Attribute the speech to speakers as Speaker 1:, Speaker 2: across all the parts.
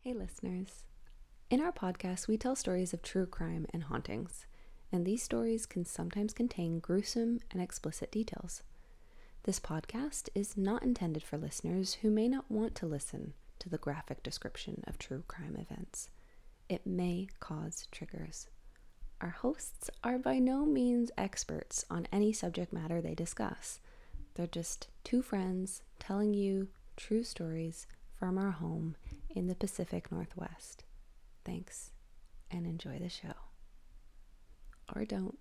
Speaker 1: Hey, listeners. In our podcast, we tell stories of true crime and hauntings, and these stories can sometimes contain gruesome and explicit details. This podcast is not intended for listeners who may not want to listen to the graphic description of true crime events. It may cause triggers. Our hosts are by no means experts on any subject matter they discuss. They're just two friends telling you true stories from our home in the Pacific Northwest. Thanks and enjoy the show. Or don't.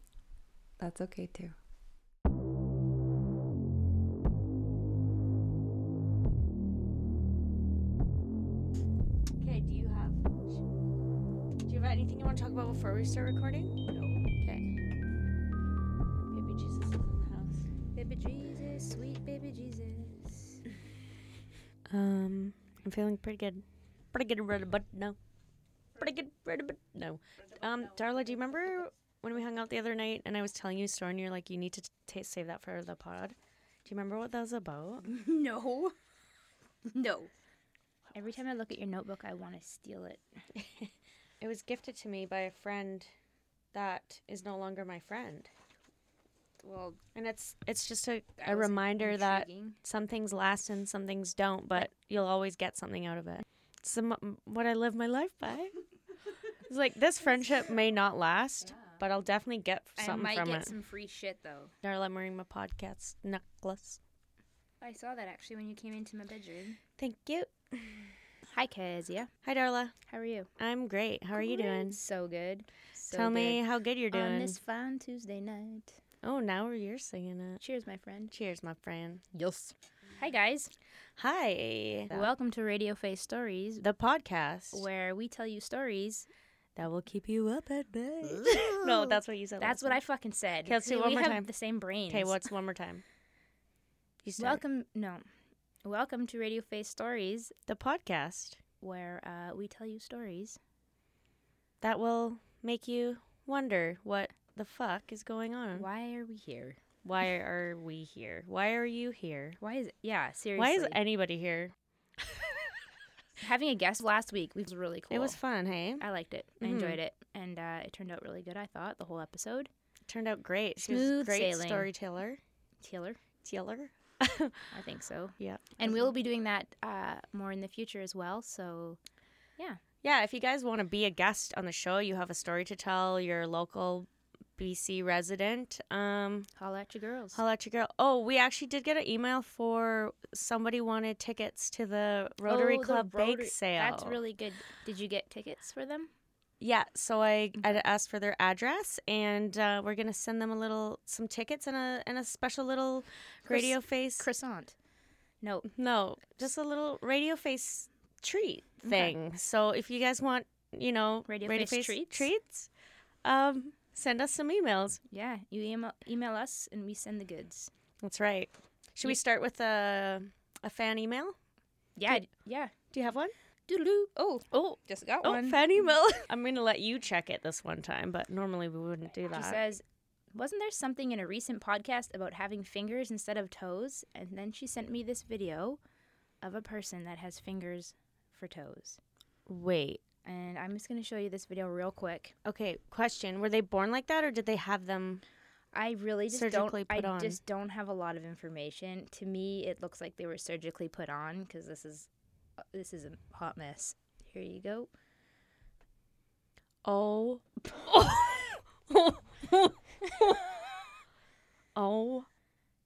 Speaker 1: That's okay too.
Speaker 2: Okay, do you have do you have anything you want to talk about before we start recording? No. Okay. Baby Jesus is in the house.
Speaker 3: Baby Jesus, sweet baby Jesus. Um, I'm feeling pretty good.
Speaker 2: Pretty good red but no. Pretty good red but no. Um, Darla, do you remember when we hung out the other night and I was telling you a story and you're like, you need to t- ta- save that for the pod? Do you remember what that was about?
Speaker 3: No. No. Every time I look at your notebook, I want to steal it.
Speaker 2: It was gifted to me by a friend that is no longer my friend.
Speaker 3: Well,
Speaker 2: And it's it's just a,
Speaker 3: That
Speaker 2: a
Speaker 3: was
Speaker 2: reminder that
Speaker 3: intriguing.
Speaker 2: some things last and some things don't, but you'll always get something out of it. It's the, mo- what I live my life by. it's like this friendship may not last, but I'll definitely get
Speaker 3: I
Speaker 2: something
Speaker 3: might
Speaker 2: from
Speaker 3: get
Speaker 2: it.
Speaker 3: some free shit though.
Speaker 2: Darla Marima podcast necklace.
Speaker 3: I saw that actually when you came into my bedroom.
Speaker 2: Thank you.
Speaker 3: Hi, Kezia.
Speaker 2: Hi, Darla.
Speaker 3: How are you?
Speaker 2: I'm great. How are you doing?
Speaker 3: So good. So
Speaker 2: Tell
Speaker 3: good.
Speaker 2: me how good you're doing.
Speaker 3: On this fine Tuesday night.
Speaker 2: Oh, now you're singing it.
Speaker 3: Cheers, my friend.
Speaker 2: Cheers, my friend.
Speaker 3: Yes. Hi, guys.
Speaker 2: Hi.
Speaker 3: Welcome to Radio Face Stories,
Speaker 2: the podcast
Speaker 3: where we tell you stories.
Speaker 2: that will keep you up at night. no, that's what you said.
Speaker 3: That's
Speaker 2: last
Speaker 3: what I fucking said.
Speaker 2: Okay, let's do it
Speaker 3: We
Speaker 2: one more
Speaker 3: have
Speaker 2: time.
Speaker 3: the same brains.
Speaker 2: Okay, what's one more time? You start.
Speaker 3: Welcome, no. Welcome to Radio Face Stories,
Speaker 2: the podcast
Speaker 3: where uh, we tell you stories.
Speaker 2: that will make you wonder what the fuck is going on. Why,
Speaker 3: Why are we here?
Speaker 2: are we here? Why are you here?
Speaker 3: Why is yeah? Seriously,
Speaker 2: Why is anybody here?
Speaker 3: having a guest last week was really cool.
Speaker 2: e-, It was fun, hey?
Speaker 3: I liked it.
Speaker 2: Mhm.
Speaker 3: I enjoyed it, and uh, it turned out really good. I thought the whole episode.
Speaker 2: turned out great. She was a
Speaker 3: Smooth
Speaker 2: great
Speaker 3: sailing.
Speaker 2: storyteller.
Speaker 3: Taylor,
Speaker 2: Teller?
Speaker 3: I think so.
Speaker 2: yeah.
Speaker 3: And we'll be doing that uh, more in the future as well. So
Speaker 2: Yeah, if you guys want to be a guest on the show, you have a story to tell, you're a local BC resident, um,
Speaker 3: holla at you girls.
Speaker 2: I'll let you go. Oh, we actually did get an email for somebody wanted tickets to the Rotary
Speaker 3: Oh, the
Speaker 2: Club
Speaker 3: Rotary-
Speaker 2: bake sale.
Speaker 3: That's really good. Did you get tickets for them?
Speaker 2: Yeah, so I,
Speaker 3: Mm-hmm.
Speaker 2: I asked for their address, and uh, we're gonna send them a little some tickets and a and a special little
Speaker 3: Chris-
Speaker 2: radio face.
Speaker 3: Croissant. No,
Speaker 2: Mm. No, just a little radio face treat
Speaker 3: Okay.
Speaker 2: thing. So if you guys want, you know,
Speaker 3: Radio face treats?
Speaker 2: treats, um, send us some emails.
Speaker 3: yeah. You email email us, and we send the goods.
Speaker 2: That's right. Should we
Speaker 3: Ye-
Speaker 2: start with a a fan email?
Speaker 3: Yeah, yeah.
Speaker 2: Do you have one?
Speaker 3: Doodaloo. Oh,
Speaker 2: Oh,
Speaker 3: just got
Speaker 2: oh,
Speaker 3: one.
Speaker 2: fan email. I'm gonna let you check it this one time, but normally we wouldn't do
Speaker 3: She
Speaker 2: that.
Speaker 3: says, Wasn't there something in a recent podcast about having fingers instead of toes? And then she sent me this video of a person that has fingers for toes.
Speaker 2: Wait.
Speaker 3: And I'm just going to show you this video real quick.
Speaker 2: Okay, question. Were they born like that or did they have them?
Speaker 3: I really just
Speaker 2: Surgically
Speaker 3: don't I
Speaker 2: put on.
Speaker 3: just don't have a lot of information. To me, it looks like they were surgically put on cuz this is uh, this is a hot mess. Here you go.
Speaker 2: Oh. oh.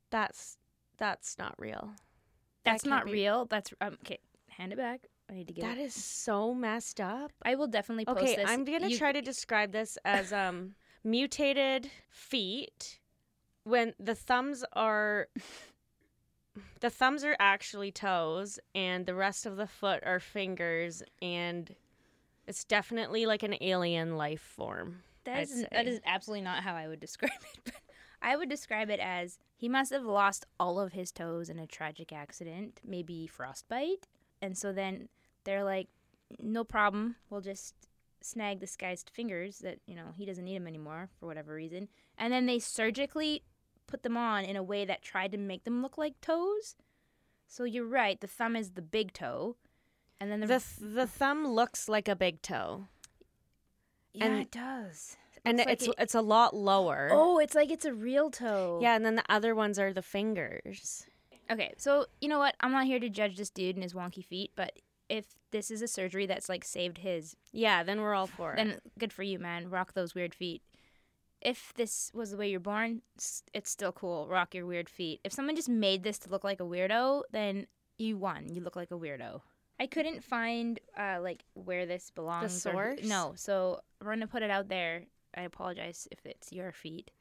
Speaker 2: That's that's not real.
Speaker 3: That's
Speaker 2: can't
Speaker 3: not
Speaker 2: be-
Speaker 3: real. That's um, okay. Hand it back. I need to get
Speaker 2: That
Speaker 3: it.
Speaker 2: is so messed up.
Speaker 3: I will definitely post
Speaker 2: Okay,
Speaker 3: this.
Speaker 2: I'm going to
Speaker 3: You-
Speaker 2: try to describe this as um mutated feet when the thumbs are the thumbs are actually toes and the rest of the foot are fingers and it's definitely like an alien life form.
Speaker 3: That
Speaker 2: I'd
Speaker 3: is,
Speaker 2: say.
Speaker 3: that is absolutely not how I would describe it. But I would describe it as he must have lost all of his toes in a tragic accident, maybe frostbite. And so then they're like, no problem. We'll just snag this guy's fingers that, you know, he doesn't need them anymore for whatever reason. And then they surgically put them on in a way that tried to make them look like toes. So you're right. The thumb is the big toe. And then the,
Speaker 2: The th- the thumb looks like a big toe,
Speaker 3: yeah,
Speaker 2: and-
Speaker 3: it does.
Speaker 2: and
Speaker 3: Looks like
Speaker 2: it's
Speaker 3: it-
Speaker 2: it's a lot lower.
Speaker 3: Oh, it's like it's a real toe.
Speaker 2: yeah, and then the other ones are the fingers.
Speaker 3: Okay, so you know what? I'm not here to judge this dude and his wonky feet, but if this is a surgery that's like saved his,
Speaker 2: Yeah, then we're all for it.
Speaker 3: then good for you, man. Rock those weird feet. If this was the way you're born, s- it's still cool. Rock your weird feet. If someone just made this to look like a weirdo, then you won. You look like a weirdo. I couldn't find uh, like where this belongs. or who-
Speaker 2: source?
Speaker 3: no, so we're gonna put it out there. I apologize if it's your feet.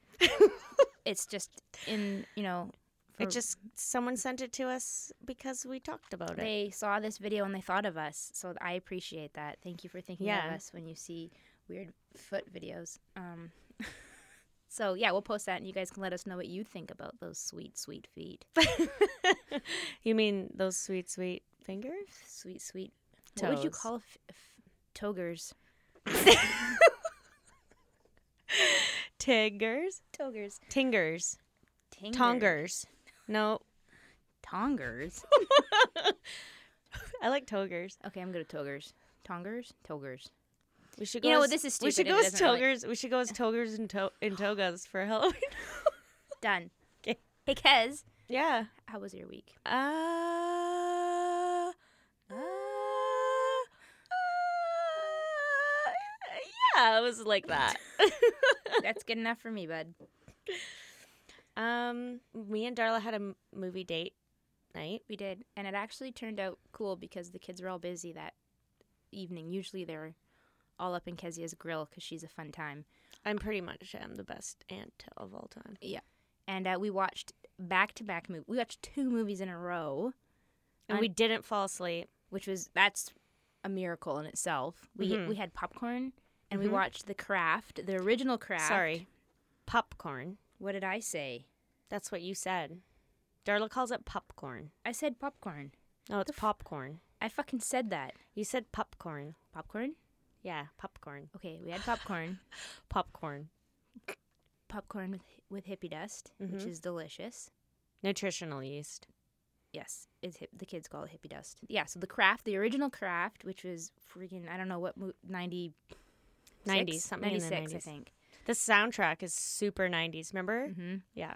Speaker 3: it's just in you know.
Speaker 2: it
Speaker 3: for-
Speaker 2: just someone sent it to us because we talked about it.
Speaker 3: they saw this video and they thought of us. So I appreciate that. Thank you for thinking
Speaker 2: Yeah.
Speaker 3: of us when you see weird foot videos. Um, so yeah, we'll post that and you guys can let us know what you think about those sweet, sweet feet.
Speaker 2: you mean those sweet sweet fingers?
Speaker 3: Sweet, sweet. What would you
Speaker 2: Toes.
Speaker 3: call f- f- togers?
Speaker 2: Tigers,
Speaker 3: Togers.
Speaker 2: tingers,
Speaker 3: Tinger.
Speaker 2: tongers. No,
Speaker 3: Tongers.
Speaker 2: I like togers.
Speaker 3: okay, I'm good at togers. Tongers. Togers.
Speaker 2: We should go.
Speaker 3: You know
Speaker 2: as,
Speaker 3: what? This is
Speaker 2: we should
Speaker 3: stupid
Speaker 2: go
Speaker 3: and it
Speaker 2: as
Speaker 3: doesn't really-
Speaker 2: togers. We should go as togers and to- and togas for Halloween.
Speaker 3: Done.
Speaker 2: 'Kay.
Speaker 3: Hey, Kez.
Speaker 2: yeah.
Speaker 3: How was your week?
Speaker 2: Uh, uh, yeah, it was like that.
Speaker 3: That's good enough for me, bud.
Speaker 2: um, me and Darla had a m- movie date night.
Speaker 3: We did, and it actually turned out cool because the kids were all busy that evening. Usually they're all up in Kezia's grill because she's a fun time.
Speaker 2: I'm pretty much am the best aunt of all time.
Speaker 3: And uh, we watched back to back movie. We watched two movies in a row,
Speaker 2: And we didn't fall asleep.
Speaker 3: which was that's a miracle in itself. We
Speaker 2: Mhm.
Speaker 3: we had popcorn and
Speaker 2: Mhm.
Speaker 3: we watched The Craft, the original Craft.
Speaker 2: Sorry. Popcorn.
Speaker 3: what did I say?
Speaker 2: That's what you said. Darla calls it popcorn.
Speaker 3: I said popcorn.
Speaker 2: No, it's
Speaker 3: The f-
Speaker 2: popcorn.
Speaker 3: I fucking said that.
Speaker 2: You said popcorn.
Speaker 3: Popcorn.
Speaker 2: Yeah, popcorn.
Speaker 3: Okay, we had popcorn.
Speaker 2: Popcorn.
Speaker 3: popcorn with with hippie dust, which
Speaker 2: Mhm.
Speaker 3: is delicious.
Speaker 2: Nutritional yeast.
Speaker 3: Yes, it's hip, the kids call it hippie dust. Yeah, so the craft, the original craft, which was freaking I don't know what mo- 90
Speaker 2: 90s, something in the
Speaker 3: 96,
Speaker 2: 90s.
Speaker 3: I think.
Speaker 2: The soundtrack is super 90s, remember?
Speaker 3: hmm
Speaker 2: Yeah.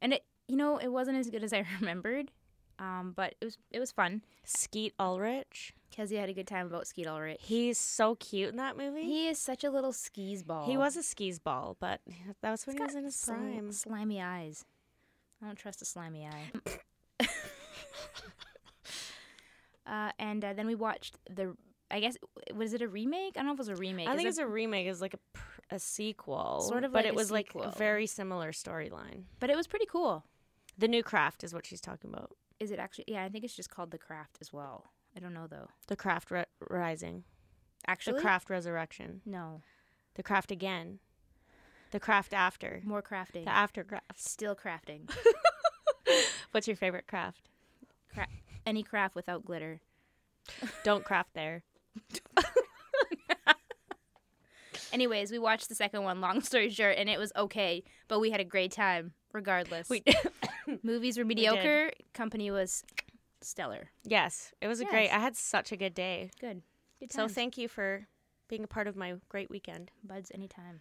Speaker 3: And it, you know, it wasn't as good as I remembered, um, but it was it was fun.
Speaker 2: Skeet Ulrich.
Speaker 3: Kezia had a good time about Skeet Ulrich.
Speaker 2: He's so cute in that movie.
Speaker 3: He is such a little skis ball.
Speaker 2: He, was a skis ball, but that was when
Speaker 3: He's
Speaker 2: he was
Speaker 3: got
Speaker 2: in his
Speaker 3: sl-
Speaker 2: prime.
Speaker 3: Slimy eyes. I don't trust a slimy eye. uh, and uh, then we watched the. I guess was it a remake? I don't know if it was a remake.
Speaker 2: I
Speaker 3: Is
Speaker 2: think
Speaker 3: it-
Speaker 2: it's a remake. It was like a, pr- a sequel.
Speaker 3: Sort of
Speaker 2: But
Speaker 3: like
Speaker 2: it
Speaker 3: a
Speaker 2: was like a
Speaker 3: sequel.
Speaker 2: very similar storyline.
Speaker 3: but it was pretty cool.
Speaker 2: The new craft is what she's talking about.
Speaker 3: Is it actually? Yeah, I think it's just called The Craft as well. I don't know though.
Speaker 2: The craft re- rising.
Speaker 3: Actually,
Speaker 2: The craft resurrection.
Speaker 3: No,
Speaker 2: The craft again. The craft after.
Speaker 3: more crafting.
Speaker 2: The after craft.
Speaker 3: Still crafting.
Speaker 2: What's your favorite craft?
Speaker 3: Cra- any craft without glitter.
Speaker 2: Don't craft there.
Speaker 3: Anyways, we watched the second one. Long story short, and it was okay, but we had a great time regardless.
Speaker 2: We-
Speaker 3: Movies were mediocre. Company was stellar.
Speaker 2: yes, it was a great.
Speaker 3: Yes.
Speaker 2: I had such a good day.
Speaker 3: Good. Good
Speaker 2: So
Speaker 3: time.
Speaker 2: thank you for being a part of my great weekend.
Speaker 3: buds anytime.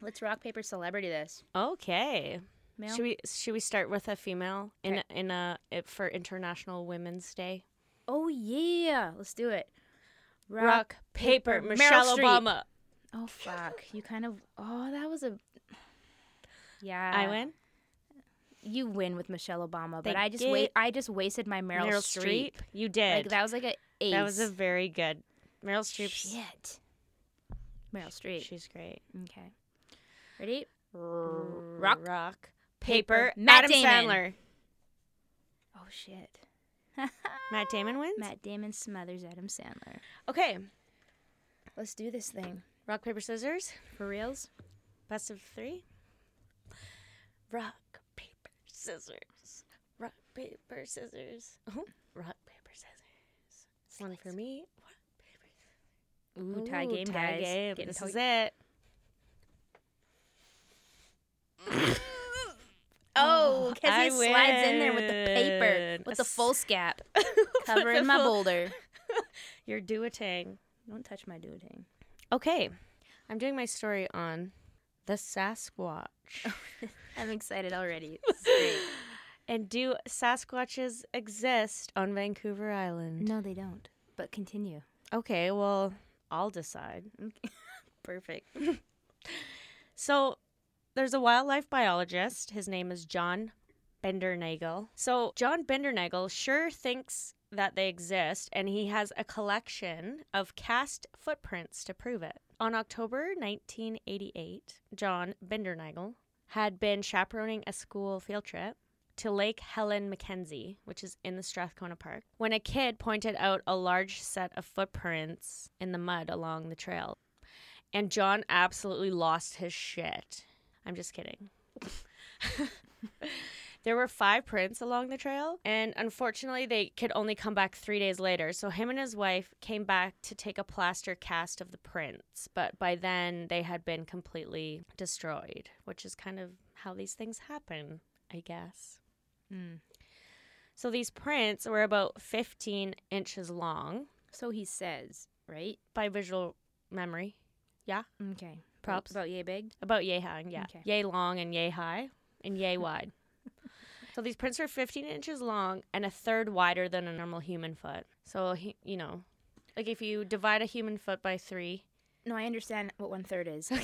Speaker 3: Let's rock paper celebrity this.
Speaker 2: Okay.
Speaker 3: Male.
Speaker 2: Should we should we start with a female in
Speaker 3: Okay.
Speaker 2: a, in a it, for International Women's Day?
Speaker 3: oh yeah, let's do it. Rock.
Speaker 2: paper,
Speaker 3: Meryl
Speaker 2: Michelle
Speaker 3: Streep.
Speaker 2: Obama.
Speaker 3: Oh fuck, you kind of. Oh, that was a. Yeah,
Speaker 2: I win.
Speaker 3: You win with Michelle Obama, but
Speaker 2: Thank
Speaker 3: I just
Speaker 2: you.
Speaker 3: wait. I just wasted my Meryl, Streep.
Speaker 2: you did.
Speaker 3: Like that was like a ace.
Speaker 2: that was a very good. Meryl Streep.
Speaker 3: shit. Meryl Streep.
Speaker 2: She's great.
Speaker 3: Okay. Ready?
Speaker 2: Rock, rock,
Speaker 3: paper,
Speaker 2: paper.
Speaker 3: Matt
Speaker 2: Adam
Speaker 3: Damon.
Speaker 2: Sandler.
Speaker 3: Oh shit.
Speaker 2: Matt Damon wins.
Speaker 3: Matt Damon smothers Adam Sandler.
Speaker 2: Okay.
Speaker 3: Let's do this thing.
Speaker 2: Rock, paper, scissors.
Speaker 3: For reals?
Speaker 2: Best of three. Rock, paper, scissors. Rock, paper, scissors. Oh, rock, paper, scissors. It's one for me. Rock, paper,
Speaker 3: Ooh, tie game,
Speaker 2: tie
Speaker 3: guys.
Speaker 2: game.
Speaker 3: Getting
Speaker 2: This
Speaker 3: tie-
Speaker 2: is it.
Speaker 3: Oh,
Speaker 2: I
Speaker 3: Kezia slides in there with the paper,
Speaker 2: win.
Speaker 3: with the full scap,
Speaker 2: With the
Speaker 3: covering my
Speaker 2: full-
Speaker 3: boulder.
Speaker 2: Your duotang.
Speaker 3: Don't touch my duotang.
Speaker 2: Okay. I'm doing my story on the Sasquatch.
Speaker 3: I'm excited already.
Speaker 2: and do Sasquatches exist on Vancouver Island?
Speaker 3: no, they don't. But continue.
Speaker 2: Okay, well, I'll decide.
Speaker 3: Perfect.
Speaker 2: So there's a wildlife biologist. His name is John Bendernagel. So John Bendernagel sure thinks that they exist, and he has a collection of cast footprints to prove it. On October 1988, John Bendernagel had been chaperoning a school field trip to Lake Helen Mackenzie, which is in the Strathcona Park, when a kid pointed out a large set of footprints in the mud along the trail and John absolutely lost his shit. I'm just kidding. there were five prints along the trail, and unfortunately, they could only come back three days later. So, him and his wife came back to take a plaster cast of the prints, but by then, they had been completely destroyed, which is kind of how these things happen, I guess.
Speaker 3: Mm.
Speaker 2: So, these prints were about 15 inches long
Speaker 3: So he says, right?
Speaker 2: by visual memory.
Speaker 3: Okay.
Speaker 2: Props.
Speaker 3: About yay big.
Speaker 2: About yay high, yeah.
Speaker 3: Okay.
Speaker 2: Yay long and yay high and yay wide. so these prints are 15 inches long and a third wider than a normal human foot. So, he- you know, like if you divide a human foot by three.
Speaker 3: No, I understand what one third is.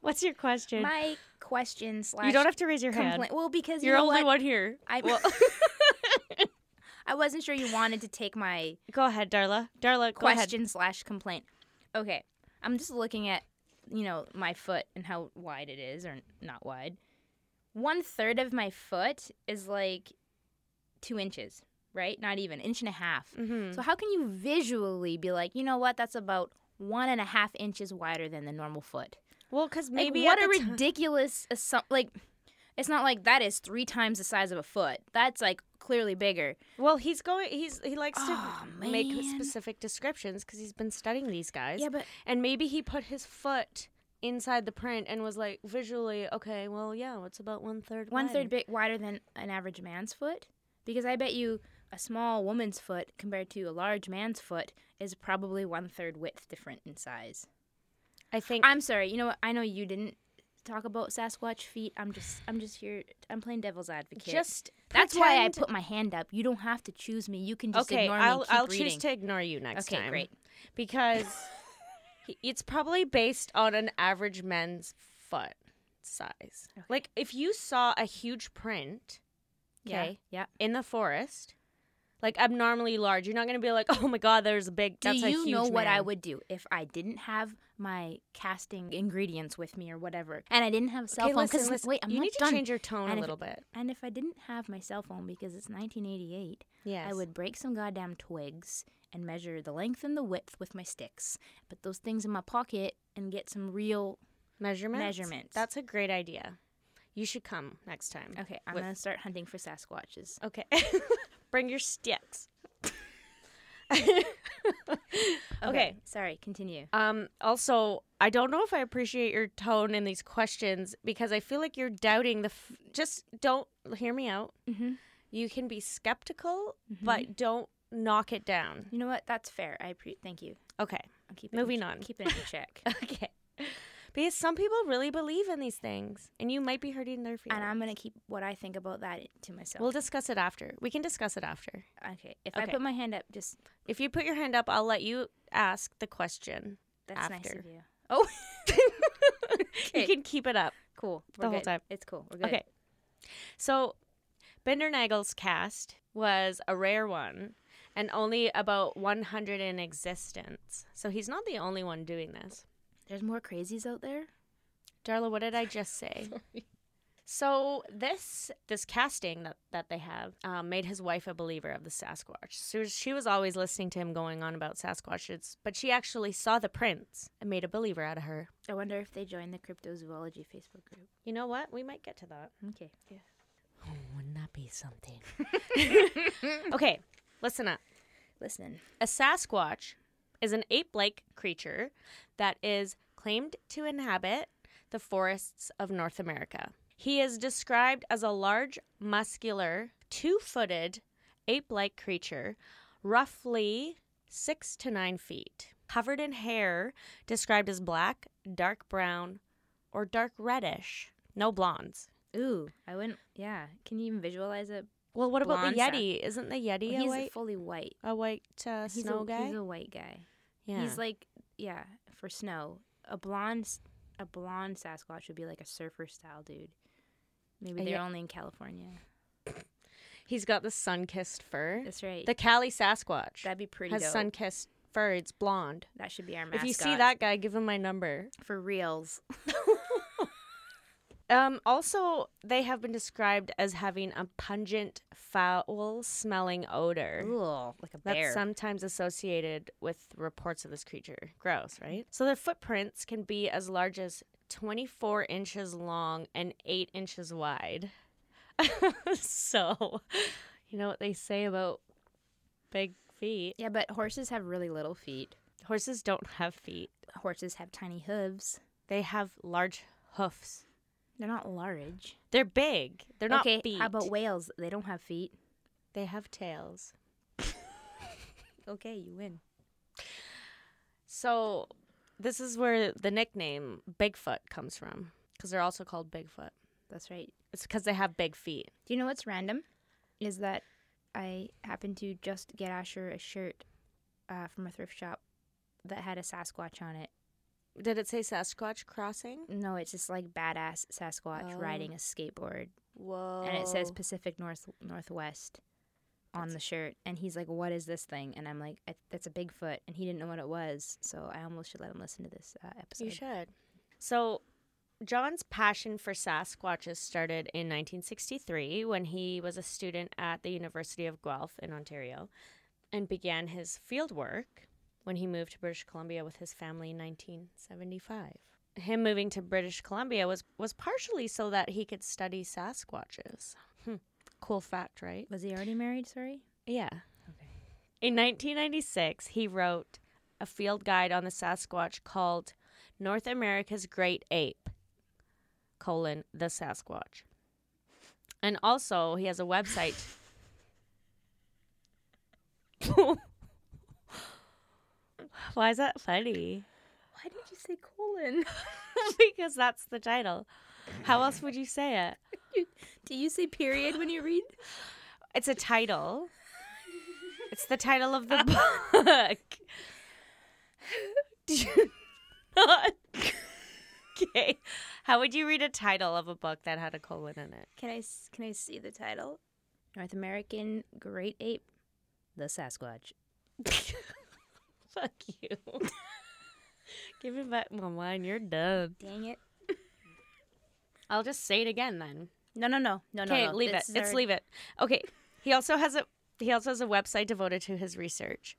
Speaker 2: What's your question?
Speaker 3: Um, my question slash
Speaker 2: you don't have to raise your hand.
Speaker 3: complaint. Well, because
Speaker 2: You're
Speaker 3: you know
Speaker 2: only
Speaker 3: what?
Speaker 2: one here.
Speaker 3: I
Speaker 2: Well,
Speaker 3: I wasn't sure you wanted to take my
Speaker 2: go ahead, Darla. Darla, go ahead.
Speaker 3: question slash complaint. Okay, I'm just looking at you know my foot and how wide it is or not wide. One third of my foot is like two inches, right? Not even inch and a half.
Speaker 2: Mhm.
Speaker 3: So how can you visually be like, you know what? That's about one and a half inches wider than the normal foot.
Speaker 2: Well, because
Speaker 3: Like,
Speaker 2: maybe
Speaker 3: what
Speaker 2: at
Speaker 3: a
Speaker 2: the ti-
Speaker 3: ridiculous assumption. Like, it's not like that is three times the size of a foot. That's like clearly bigger.
Speaker 2: well, he's going. He's he likes to
Speaker 3: Aw,
Speaker 2: make
Speaker 3: man.
Speaker 2: specific descriptions because he's been studying these guys.
Speaker 3: but
Speaker 2: And maybe he put his foot inside the print and was like, visually, okay, well, yeah, it's about one third.
Speaker 3: one third bit wider than an average man's foot because i bet you a small woman's foot compared to a large man's foot is probably one third width different in size
Speaker 2: I think.
Speaker 3: i'm sorry you know what i know you didn't talk about sasquatch feet i'm just i'm just here i'm playing devil's advocate
Speaker 2: just
Speaker 3: that's why i
Speaker 2: pretend-
Speaker 3: put my hand up you don't have to choose me you can just
Speaker 2: okay,
Speaker 3: ignore
Speaker 2: I'll
Speaker 3: me and keep
Speaker 2: I'll
Speaker 3: reading.
Speaker 2: choose to ignore you next
Speaker 3: okay
Speaker 2: time.
Speaker 3: great
Speaker 2: Because he- it's probably based on an average man's foot size. Like if you saw a huge print, okay,
Speaker 3: yeah, yeah.
Speaker 2: in the forest, like abnormally large, you're not gonna be like, oh my god, there's a big.
Speaker 3: Do
Speaker 2: that's a
Speaker 3: you
Speaker 2: huge
Speaker 3: know what I
Speaker 2: man."
Speaker 3: would do if I didn't have my casting ingredients with me or whatever, and I didn't have a cell
Speaker 2: Okay,
Speaker 3: phone?
Speaker 2: listen,
Speaker 3: Because
Speaker 2: listen,
Speaker 3: wait, I'm
Speaker 2: you
Speaker 3: not
Speaker 2: need to
Speaker 3: done.
Speaker 2: change your tone
Speaker 3: And
Speaker 2: a
Speaker 3: if-
Speaker 2: little bit.
Speaker 3: And if I didn't have my cell phone because it's 1988,
Speaker 2: Yes,
Speaker 3: I would break some goddamn twigs and measure the length and the width with my sticks, put those things in my pocket, and get some real.
Speaker 2: Measurements?
Speaker 3: Measurements.
Speaker 2: That's a great idea. You should come next time.
Speaker 3: Okay, I'm
Speaker 2: With-
Speaker 3: gonna start hunting for Sasquatches.
Speaker 2: Okay. Bring your sticks. Okay.
Speaker 3: sorry, continue.
Speaker 2: Um also, I don't know if I appreciate your tone in these questions because I feel like you're doubting the f- just don't hear me out.
Speaker 3: Mm-hmm.
Speaker 2: You can be skeptical, but don't knock it down.
Speaker 3: You know what? That's fair. I pre- thank you.
Speaker 2: Okay.
Speaker 3: I'll keep it in
Speaker 2: Moving
Speaker 3: che-
Speaker 2: on.
Speaker 3: Keep it in check.
Speaker 2: Okay. Because some people really believe in these things and you might be hurting their feelings.
Speaker 3: and I'm gonna keep what I think about that to myself.
Speaker 2: We'll discuss it after. We can discuss it after.
Speaker 3: Okay. If I
Speaker 2: Okay.
Speaker 3: put my hand up, just
Speaker 2: If you put your hand up, I'll let you ask the question.
Speaker 3: that's nice
Speaker 2: After.
Speaker 3: of you. Oh,
Speaker 2: You can keep it up.
Speaker 3: cool.
Speaker 2: The whole
Speaker 3: good.
Speaker 2: time.
Speaker 3: It's cool. We're good.
Speaker 2: Okay. So, Bender Nagel's cast was a rare one and only about 100 in existence. So, he's not the only one doing this.
Speaker 3: There's more crazies out there.
Speaker 2: Darla, what did I just say? So this this casting that, that they have um, made his wife a believer of the Sasquatch. So she was always listening to him going on about Sasquatches, but she actually saw the prints and made a believer out of her.
Speaker 3: I wonder if they joined the cryptozoology Facebook group.
Speaker 2: You know what? We might get to that.
Speaker 3: Okay. Yeah.
Speaker 2: Oh, wouldn't that be something? okay, listen up.
Speaker 3: Listen.
Speaker 2: A Sasquatch is an ape like creature that is claimed to inhabit the forests of North America. He is described as a large, muscular, two footed, ape like creature roughly six to nine feet, covered in hair described as black, dark brown, or dark reddish. No blondes.
Speaker 3: Ooh, I wouldn't. Yeah, can you even visualize it?
Speaker 2: Well, what about the
Speaker 3: Blondes, uh,
Speaker 2: Yeti? Isn't the Yeti
Speaker 3: Well,
Speaker 2: a
Speaker 3: he's
Speaker 2: white,
Speaker 3: fully white.
Speaker 2: a white uh,
Speaker 3: He's
Speaker 2: snow
Speaker 3: a,
Speaker 2: guy?
Speaker 3: He's a white guy.
Speaker 2: yeah.
Speaker 3: He's like yeah for snow. A blonde, s- a blonde Sasquatch would be like a surfer style dude. Maybe
Speaker 2: A
Speaker 3: they're
Speaker 2: ye-
Speaker 3: only in California.
Speaker 2: he's got the sun-kissed fur.
Speaker 3: That's right.
Speaker 2: The Cali Sasquatch
Speaker 3: That'd be pretty
Speaker 2: has
Speaker 3: dope.
Speaker 2: sun-kissed fur. It's blonde.
Speaker 3: that should be our mascot.
Speaker 2: If you see that guy, give him my number.
Speaker 3: for reals,
Speaker 2: Um, also, they have been described as having a pungent, foul-smelling odor.
Speaker 3: Ooh, like a
Speaker 2: That's
Speaker 3: bear.
Speaker 2: sometimes associated with reports of this creature. Gross, right? So their footprints can be as large as 24 inches long and 8 inches wide. so, you know what they say about big feet?
Speaker 3: yeah, but horses have really little feet.
Speaker 2: Horses don't have feet,
Speaker 3: Horses have tiny hooves.
Speaker 2: they have large hoofs.
Speaker 3: They're not large.
Speaker 2: They're big. They're not
Speaker 3: okay,
Speaker 2: feet.
Speaker 3: how about whales? They don't have feet.
Speaker 2: they have tails.
Speaker 3: Okay, you win.
Speaker 2: So, this is where the nickname Bigfoot comes from because they're also called Bigfoot.
Speaker 3: That's right.
Speaker 2: It's because they have big feet.
Speaker 3: Do you know what's random? Is that I happened to just get Asher a shirt uh, from a thrift shop that had a Sasquatch on it.
Speaker 2: Did it say Sasquatch crossing?
Speaker 3: No, it's just like badass Sasquatch
Speaker 2: Oh.
Speaker 3: riding a skateboard,
Speaker 2: Whoa.
Speaker 3: and it says Pacific North Northwest on the shirt. And he's like, "What is this thing?" And I'm like, I, "That's a Bigfoot," and he didn't know what it was. So I almost should let him listen to this uh, episode.
Speaker 2: You should. So, John's passion for Sasquatches started in 1963 when he was a student at the University of Guelph in Ontario and began his field work when he moved to British Columbia with his family in 1975. Him moving to British Columbia was, was partially so that he could study Sasquatches. Hmm. Cool fact, right?
Speaker 3: Was he already married? Sorry.
Speaker 2: Yeah. In 1996, he wrote a field guide on the Sasquatch called North America's Great Ape, colon, the Sasquatch. And also, he has a website. Why is that funny?
Speaker 3: Why did you say colon?
Speaker 2: because that's the title. How else would you say it?
Speaker 3: Do you say period when you read?
Speaker 2: It's a title. It's the title of
Speaker 3: Uh,
Speaker 2: the book. Do you not- okay. How would you read a title of a book that had a colon in it?
Speaker 3: Can I s- can I see the title? North American Great Ape, the Sasquatch.
Speaker 2: Fuck you. Give me back my wine. You're done.
Speaker 3: Dang it!
Speaker 2: I'll just say it again then.
Speaker 3: No, no, no, no, no.
Speaker 2: Okay,
Speaker 3: no.
Speaker 2: leave
Speaker 3: This
Speaker 2: it.
Speaker 3: is
Speaker 2: It's
Speaker 3: our-
Speaker 2: leave it. Okay. He also has a he also has a website devoted to his research.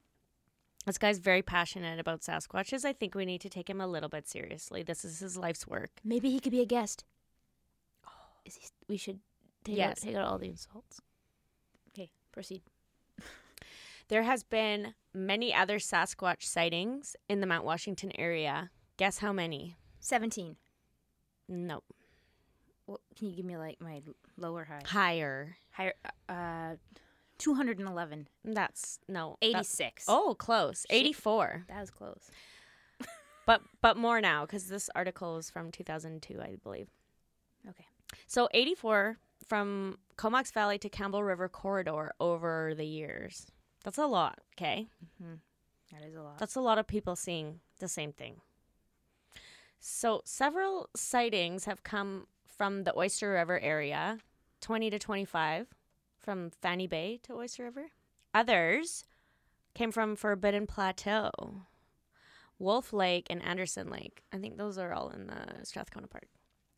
Speaker 2: This guy's very passionate about Sasquatches. I think we need to take him a little bit seriously. This is his life's work.
Speaker 3: Maybe he could be a guest. Is he? We should take
Speaker 2: Yes.
Speaker 3: out, take out all the insults. Okay, proceed.
Speaker 2: There has been many other Sasquatch sightings in the Mount Washington area. Guess how many?
Speaker 3: Seventeen.
Speaker 2: No.
Speaker 3: Well, can you give me like my l- lower high?
Speaker 2: Higher.
Speaker 3: Higher. Uh, two hundred and eleven.
Speaker 2: That's no. that-
Speaker 3: Eighty-six.
Speaker 2: oh, close. 84.
Speaker 3: that was close.
Speaker 2: But but more now cuz this article is from 2002, I believe.
Speaker 3: Okay.
Speaker 2: So 84 from Comox Valley to Campbell River corridor over the years. That's a lot, okay?
Speaker 3: That is a lot.
Speaker 2: That's a lot of people seeing the same thing. So, several sightings have come from the Oyster River area, 20 to 25, from Fanny Bay to Oyster River. Others came from Forbidden Plateau, Wolf Lake, and Anderson Lake. I think those are all in the Strathcona Park.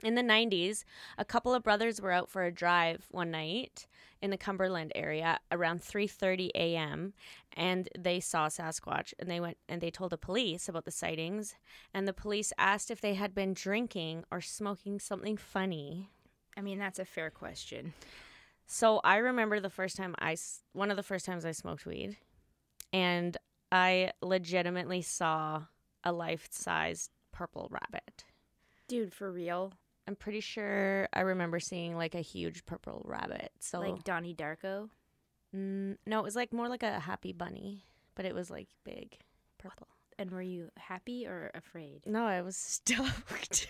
Speaker 2: In the 90s, a couple of brothers were out for a drive one night in the Cumberland area around 3:30 a.m and they saw Sasquatch and they went and they told the police about the sightings and the police asked if they had been drinking or smoking something funny.
Speaker 3: I mean, that's a fair question.
Speaker 2: So I remember the first time I s- one of the first times I smoked weed and I legitimately saw a life-sized purple rabbit.
Speaker 3: Dude, for real?
Speaker 2: I'm pretty sure I remember seeing like a huge purple rabbit. So
Speaker 3: Like Donnie Darko?
Speaker 2: Mm, no, it was like more like a happy bunny, but it was like big, purple.
Speaker 3: And were you happy or afraid?
Speaker 2: No, I was stoked.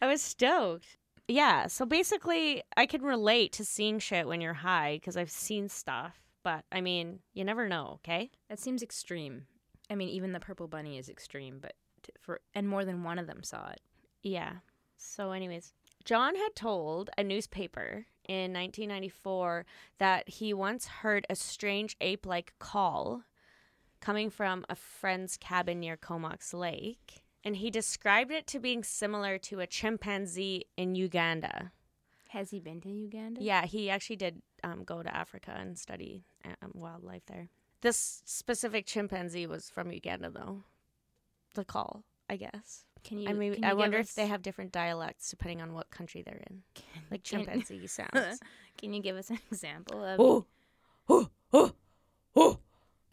Speaker 2: I was stoked. Yeah, so basically, I can relate to seeing shit when you're high because I've seen stuff, but I mean, you never know, okay?
Speaker 3: That seems extreme. I mean, even the purple bunny is extreme, but t- for and more than one of them saw it.
Speaker 2: Yeah. So, anyways, John had told a newspaper in 1994 that he once heard a strange ape like call coming from a friend's cabin near Comox Lake. And he described it to being similar to a chimpanzee in Uganda.
Speaker 3: Has he been to Uganda?
Speaker 2: Yeah, he actually did um, go to Africa and study um, wildlife there. This specific chimpanzee was from Uganda, though. The call, I guess.
Speaker 3: Can you?
Speaker 2: I mean,
Speaker 3: can you
Speaker 2: I
Speaker 3: give
Speaker 2: wonder if
Speaker 3: us-
Speaker 2: they have different dialects depending on what country they're in.
Speaker 3: Can-
Speaker 2: Like
Speaker 3: can-
Speaker 2: chimpanzee sounds.
Speaker 3: Can you give us an example of?
Speaker 2: oh, oh, oh, oh.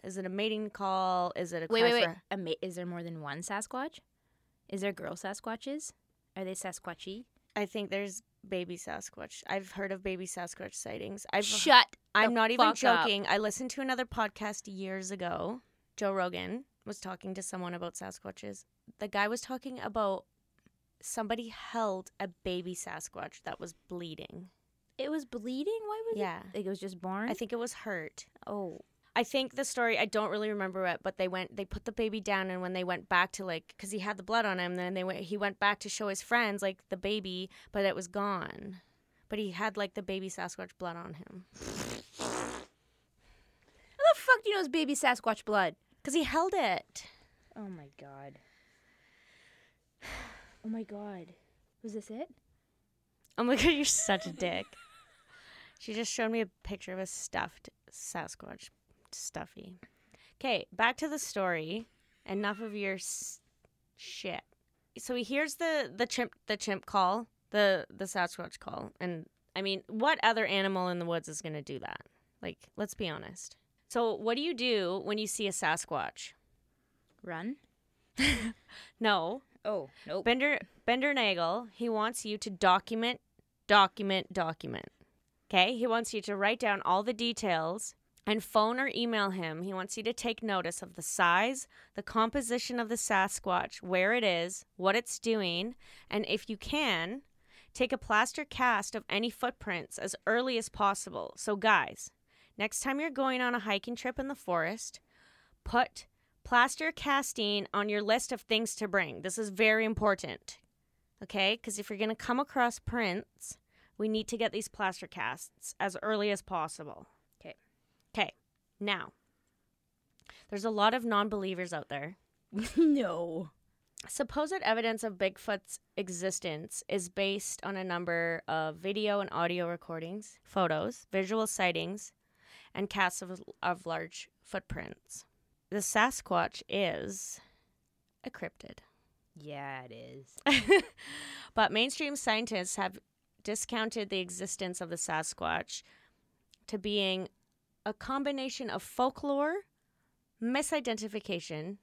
Speaker 2: Is it a mating call? Is it a
Speaker 3: wait,
Speaker 2: cry
Speaker 3: wait, wait.
Speaker 2: for a-
Speaker 3: A ma- is there more than one Sasquatch? Is there girl Sasquatches? Are they Sasquatchy?
Speaker 2: I think there's baby Sasquatch. I've heard of baby Sasquatch sightings. I've
Speaker 3: Shut.
Speaker 2: I'm
Speaker 3: the
Speaker 2: not even
Speaker 3: fuck up.
Speaker 2: joking. I listened to another podcast years ago. Joe Rogan was talking to someone about Sasquatches. The guy was talking about somebody held a baby Sasquatch that was bleeding.
Speaker 3: It was bleeding. Why was
Speaker 2: Yeah.
Speaker 3: it? Like it was just born.
Speaker 2: I think it was hurt.
Speaker 3: Oh,
Speaker 2: I think the story I don't really remember it, but they went they put the baby down and when they went back to like cuz he had the blood on him, then they went he went back to show his friends like the baby, but it was gone. But he had like the baby Sasquatch blood on him.
Speaker 3: how the fuck do you know it's baby Sasquatch blood?
Speaker 2: Cuz he held it.
Speaker 3: Oh my god. Oh my god. Was this it?
Speaker 2: Oh my god, you're such a dick. She just showed me a picture of a stuffed Sasquatch stuffy. Okay, back to the story. Enough of your s- shit. So he hears the the chimp the chimp call, the the Sasquatch call, and I mean, what other animal in the woods is going to do that? Like, let's be honest. So, what do you do when you see a Sasquatch?
Speaker 3: Run.
Speaker 2: No,
Speaker 3: Oh nope.
Speaker 2: Bender Bender Nagel, he wants you to document, document, document. Okay? He wants you to write down all the details and phone or email him. He wants you to take notice of the size, the composition of the Sasquatch, where it is, what it's doing, and if you can, take a plaster cast of any footprints as early as possible. So guys, next time you're going on a hiking trip in the forest, put plaster casting on your list of things to bring. This is very important. Okay? Because if you're going to come across prints, we need to get these plaster casts as early as possible.
Speaker 3: 'Kay.
Speaker 2: Okay. Now, there's a lot of non believers out there.
Speaker 3: no.
Speaker 2: Supposed evidence of Bigfoot's existence is based on a number of video and audio recordings, photos, visual sightings, and casts of, of large footprints. The Sasquatch is a cryptid.
Speaker 3: Yeah, it is.
Speaker 2: but mainstream scientists have discounted the existence of the Sasquatch to being a combination of folklore, misidentification,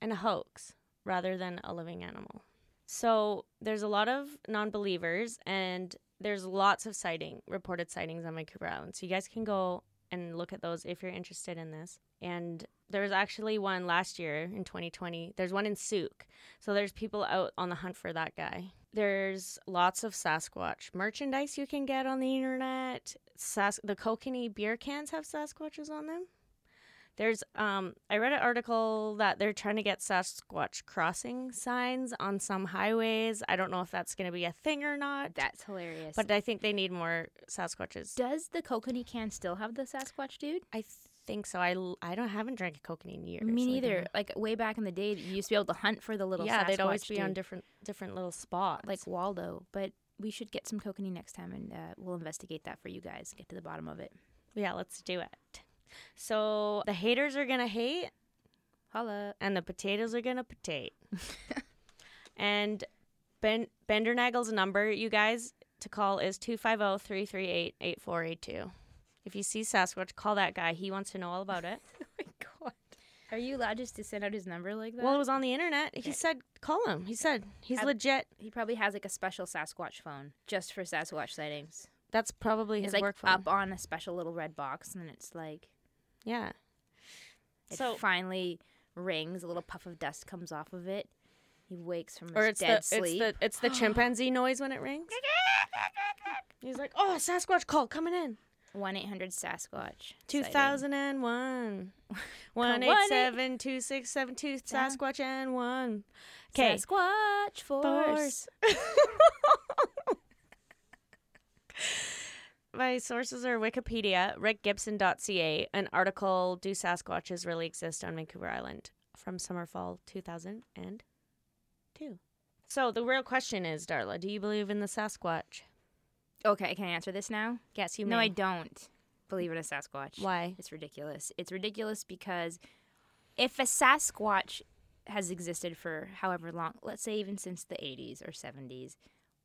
Speaker 2: and a hoax rather than a living animal. So there's a lot of non believers and there's lots of sighting reported sightings on Vancouver Island. So you guys can go and look at those if you're interested in this. And there was actually one last year in 2020. There's one in Souk. So there's people out on the hunt for that guy. There's lots of Sasquatch merchandise you can get on the internet. Sas- the Kokanee beer cans have Sasquatches on them. There's um I read an article that they're trying to get Sasquatch crossing signs on some highways. I don't know if that's going to be a thing or not.
Speaker 3: That's hilarious.
Speaker 2: but I think they need more Sasquatches.
Speaker 3: does the kokanee can still have the Sasquatch dude?
Speaker 2: I think so. I, l- I don't haven't drank a Kokanee in years.
Speaker 3: Me
Speaker 2: so I don't
Speaker 3: neither.
Speaker 2: know.
Speaker 3: Like way back in the day, you used to be able to hunt for the little.
Speaker 2: Yeah, they'd always
Speaker 3: Sasquatch
Speaker 2: be on
Speaker 3: dude,
Speaker 2: different different little spots.
Speaker 3: like Waldo. But we should get some kokanee next time, and uh, we'll investigate that for you guys. Get to the bottom of it.
Speaker 2: Yeah, let's do it. So the haters are gonna hate,
Speaker 3: Holla.
Speaker 2: and the potatoes are gonna potate. and ben- Bender Nagel's number, you guys, to call is oh, 250-338-8482. If you see Sasquatch, call that guy. He wants to know all about it.
Speaker 3: Oh my god. Are you allowed just to send out his number like that?
Speaker 2: well, it was on the internet. He said, call him. He said he's
Speaker 3: Have-
Speaker 2: legit.
Speaker 3: he probably has like a special Sasquatch phone just for Sasquatch sightings.
Speaker 2: That's probably
Speaker 3: It's
Speaker 2: his
Speaker 3: like
Speaker 2: work phone.
Speaker 3: up on a special little red box, and it's like
Speaker 2: Yeah.
Speaker 3: it
Speaker 2: So-
Speaker 3: finally rings. A little puff of dust comes off of it. He wakes from his
Speaker 2: Or it's
Speaker 3: dead
Speaker 2: the
Speaker 3: sleep.
Speaker 2: it's the it's the chimpanzee noise when it rings. He's like, "Oh, Sasquatch call coming in."
Speaker 3: One eight hundred Sasquatch.
Speaker 2: Two
Speaker 3: sighting.
Speaker 2: thousand and one. One eight seven two six seven two
Speaker 3: Yeah.
Speaker 2: Sasquatch and one. Okay.
Speaker 3: Sasquatch force.
Speaker 2: My sources are Wikipedia, rickgibson.ca, an article Do Sasquatches Really Exist on Vancouver Island from Summerfall 2002. So the real question is, Darla, do you believe in the Sasquatch?
Speaker 3: Okay, can I answer this now?
Speaker 2: Yes, you
Speaker 3: no,
Speaker 2: may.
Speaker 3: I don't believe in a Sasquatch.
Speaker 2: Why?
Speaker 3: It's ridiculous. It's ridiculous because if a Sasquatch has existed for however long, let's say even since the 80s or 70s,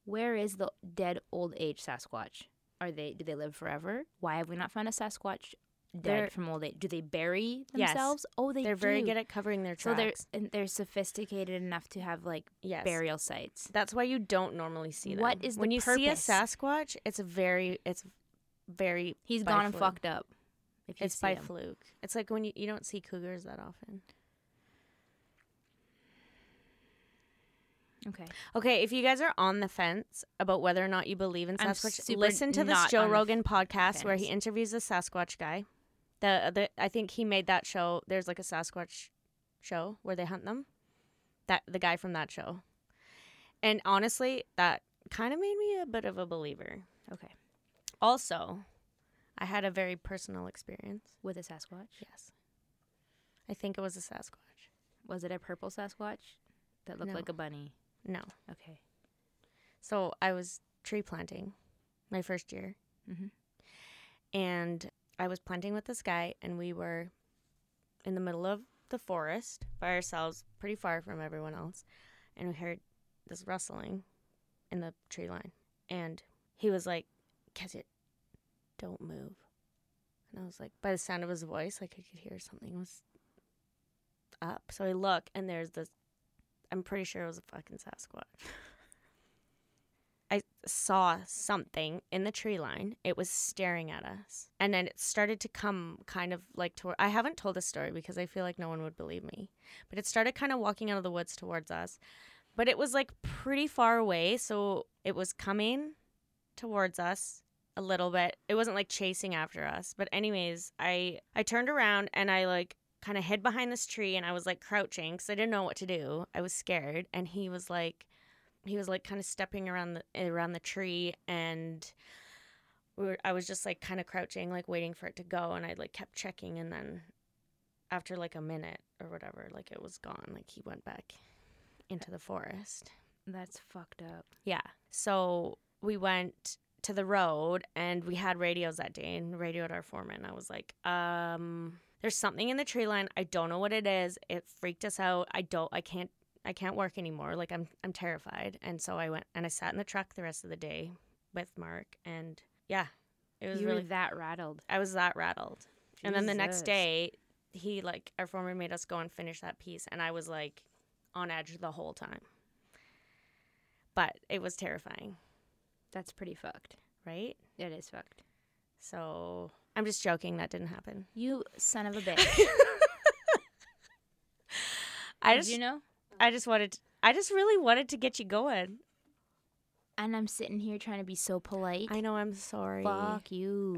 Speaker 3: where is the dead old age Sasquatch? Are they do they live forever? Why have we not found a Sasquatch dead
Speaker 2: They're-
Speaker 3: from old age? Do they bury
Speaker 2: Yes.
Speaker 3: themselves? Oh, they
Speaker 2: They're very
Speaker 3: do.
Speaker 2: good at covering their
Speaker 3: so
Speaker 2: tracks.
Speaker 3: they're and they're sophisticated enough to have like
Speaker 2: yes.
Speaker 3: burial sites.
Speaker 2: That's why you don't normally see them.
Speaker 3: What is the
Speaker 2: when you see a
Speaker 3: purpose?
Speaker 2: Sasquatch? It's a very, it's very.
Speaker 3: He's
Speaker 2: by
Speaker 3: gone and
Speaker 2: fluke.
Speaker 3: fucked up. If you
Speaker 2: It's
Speaker 3: see
Speaker 2: by
Speaker 3: him.
Speaker 2: fluke. It's like when you you don't see cougars that often.
Speaker 3: Okay.
Speaker 2: Okay, if you guys are on the fence about whether or not you believe in
Speaker 3: I'm
Speaker 2: Sasquatch,
Speaker 3: super
Speaker 2: listen to this
Speaker 3: not
Speaker 2: Joe
Speaker 3: on the
Speaker 2: Rogan podcast where he
Speaker 3: fence.
Speaker 2: interviews the Sasquatch guy. The, the I think he made that show. There's like a Sasquatch show where they hunt them. That the guy from that show, and honestly, that kind of made me a bit of a believer.
Speaker 3: Okay.
Speaker 2: Also, I had a very personal experience.
Speaker 3: With a Sasquatch?
Speaker 2: Yes, I think it was a Sasquatch.
Speaker 3: Was it a purple Sasquatch that looked
Speaker 2: No.
Speaker 3: like a bunny?
Speaker 2: No,
Speaker 3: Okay.
Speaker 2: so I was tree planting, my first year,
Speaker 3: Mm-hmm.
Speaker 2: and I was planting with this guy, and we were in the middle of the forest by ourselves, pretty far from everyone else, and we heard this rustling in the tree line, and he was like, "Catch it, don't move," and I was like, by the sound of his voice, like I could hear something was up, so I look, and there's this. I'm pretty sure it was a fucking Sasquatch. I saw something in the tree line. It was staring at us. And then it started to come kind of like toward. I haven't told this story because I feel like no one would believe me. But it started kind of walking out of the woods towards us. But it was like pretty far away. So it was coming towards us a little bit. It wasn't like chasing after us. But, anyways, I, I turned around and I like kind of hid behind this tree and I was like crouching because I didn't know what to do. I was scared. And he was like, he was like kind of stepping around the around the tree and we were, I was just like kind of crouching like waiting for it to go and I like kept checking and then after like a minute or whatever like it was gone like he went back into the forest.
Speaker 3: That's fucked up.
Speaker 2: Yeah. So we went to the road and we had radios that day and radioed our foreman. I was like, um, there's something in the tree line. I don't know what it is. It freaked us out. I don't I can't I can't work anymore. Like I'm I'm terrified. And so I went and I sat in the truck the rest of the day with Mark and yeah. It was
Speaker 3: you
Speaker 2: really
Speaker 3: were that rattled.
Speaker 2: I was that rattled. And then the next
Speaker 3: Jesus.
Speaker 2: day, he like our former made us go and finish that piece, and I was like on edge the whole time. But it was terrifying,
Speaker 3: That's pretty fucked.
Speaker 2: right?
Speaker 3: It is fucked.
Speaker 2: So I'm just joking. That didn't happen.
Speaker 3: You son of a bitch.
Speaker 2: I
Speaker 3: Did
Speaker 2: just,
Speaker 3: you know?
Speaker 2: I just wanted, to- I just really wanted to get you going.
Speaker 3: And I'm sitting here trying to be so polite.
Speaker 2: I know. I'm sorry.
Speaker 3: Fuck you.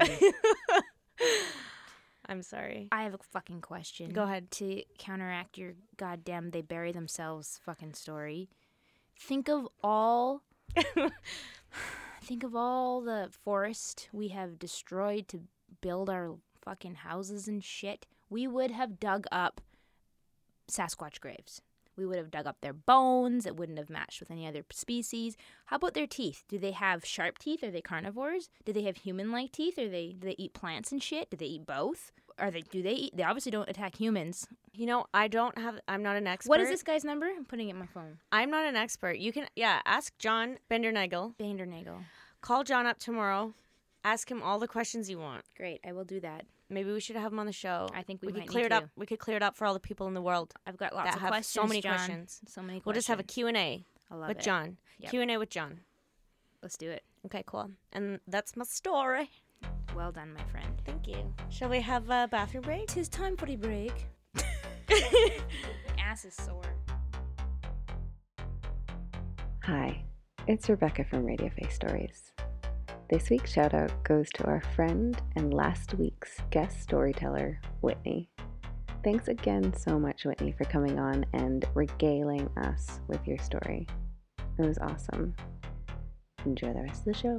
Speaker 2: I'm sorry.
Speaker 3: I have a fucking question.
Speaker 2: Go ahead.
Speaker 3: To counteract your goddamn they bury themselves fucking story. Think of all think of all the forest we have destroyed to build our fucking houses and shit. We would have dug up Sasquatch graves. We would have dug up their bones. It wouldn't have matched with any other species. How about their teeth? Do they have sharp teeth? Are they carnivores? Do they have human-like teeth? Are they do they eat plants and shit? Do they eat both? Are they do they eat? They obviously don't attack humans.
Speaker 2: You know, I don't have. I'm not an expert.
Speaker 3: What is this guy's number? I'm putting it in my phone.
Speaker 2: I'm not an expert. You can, yeah. Ask John Bendernagel.
Speaker 3: Bandernagel.
Speaker 2: Call John up tomorrow. Ask him all the questions you want.
Speaker 3: Great, I will do that.
Speaker 2: Maybe we should have him on the show.
Speaker 3: I think we
Speaker 2: could
Speaker 3: might
Speaker 2: clear
Speaker 3: need
Speaker 2: it up.
Speaker 3: to.
Speaker 2: We could clear it up for all the people in the world.
Speaker 3: I've got lots
Speaker 2: That
Speaker 3: of
Speaker 2: have so
Speaker 3: questions.
Speaker 2: many
Speaker 3: John.
Speaker 2: questions.
Speaker 3: So many questions.
Speaker 2: We'll just have a Q and A
Speaker 3: I love
Speaker 2: with
Speaker 3: it.
Speaker 2: John.
Speaker 3: Yep.
Speaker 2: Q and A with John.
Speaker 3: Let's do it.
Speaker 2: Okay, cool. And that's my story.
Speaker 3: Well done, my friend.
Speaker 2: Thank you. Shall we have a bathroom break?
Speaker 3: Tis time for a break. Ass is sore.
Speaker 1: Hi, it's Rebecca from Radio Face Stories. This week's shout out goes to our friend and last week's guest storyteller, Whitney. Thanks again so much, Whitney, for coming on and regaling us with your story. It was awesome. Enjoy the rest of the show.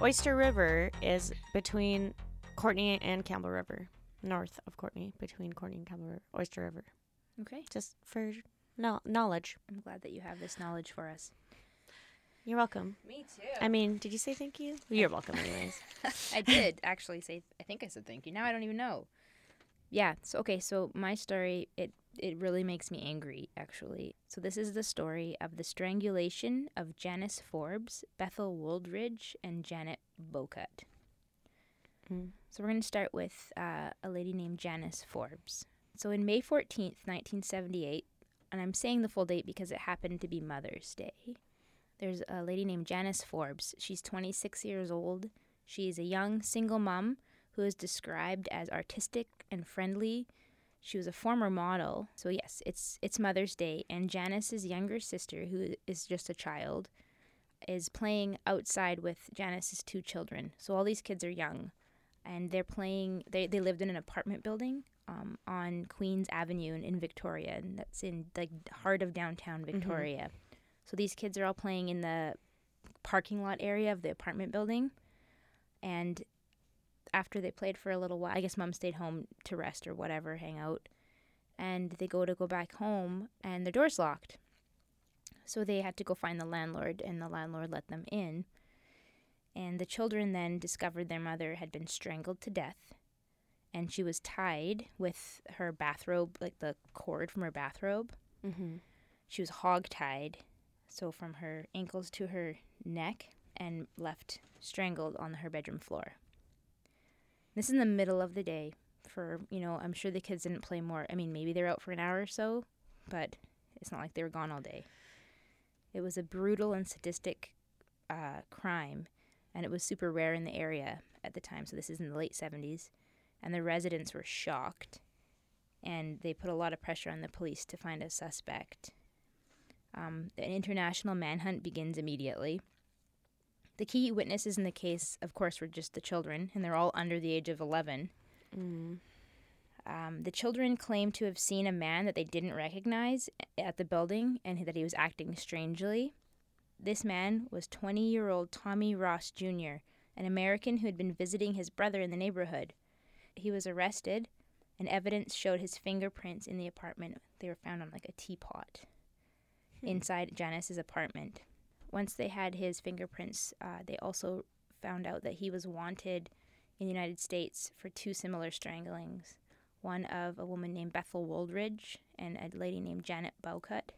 Speaker 2: Oyster River is between Courtney and Campbell River, north of Courtney, between Courtney and Campbell River. Oyster River.
Speaker 3: Okay.
Speaker 2: Just for no- knowledge.
Speaker 3: I'm glad that you have this knowledge for us.
Speaker 2: You're welcome.
Speaker 3: Me too.
Speaker 2: I mean, did you say thank you? You're welcome, anyways.
Speaker 3: I did actually say. I think I said thank you. Now I don't even know. Yeah. So okay. So my story. It it really makes me angry actually. So this is the story of the strangulation of Janice Forbes, Bethel Wooldridge, and Janet Bocutt.
Speaker 2: Mm.
Speaker 3: So we're going to start with uh, a lady named Janice Forbes. So in May fourteenth, nineteen seventy eight, and I'm saying the full date because it happened to be Mother's Day. There's a lady named Janice Forbes. She's 26 years old. She is a young single mom who is described as artistic and friendly. She was a former model. So yes, it's it's Mother's Day and Janice's younger sister who is just a child is playing outside with Janice's two children. So all these kids are young and they're playing they, they lived in an apartment building um, on Queens Avenue in, in Victoria and that's in the heart of downtown Victoria. So these kids are all playing in the parking lot area of the apartment building and after they played for a little while, I guess mom stayed home to rest or whatever, hang out. And they go to go back home, and their door's locked. So they had to go find the landlord, and the landlord let them in. And the children then discovered their mother had been strangled to death, and she was tied with her bathrobe, like the cord from her bathrobe.
Speaker 2: mm-hmm.
Speaker 3: She was hogtied, so from her ankles to her neck, and left strangled on her bedroom floor. This is in the middle of the day. For you know, I'm sure the kids didn't play more. I mean, maybe they're out for an hour or so, but it's not like they were gone all day. It was a brutal and sadistic uh, crime, and it was super rare in the area at the time. So this is in the late 70s, and the residents were shocked, and they put a lot of pressure on the police to find a suspect. Um, an international manhunt begins immediately. The key witnesses in the case, of course, were just the children, and they're all under the age of 11.
Speaker 2: Mm-hmm.
Speaker 3: Um, the children claim to have seen a man that they didn't recognize at the building and that he was acting strangely. This man was 20 year old Tommy Ross Jr., an American who had been visiting his brother in the neighborhood. He was arrested, and evidence showed his fingerprints in the apartment. They were found on like a teapot
Speaker 2: Hmm.
Speaker 3: inside Janice's apartment. Once they had his fingerprints, uh, they also found out that he was wanted in the United States for two similar stranglings one of a woman named Bethel Wooldridge and a lady named Janet Bowcutt.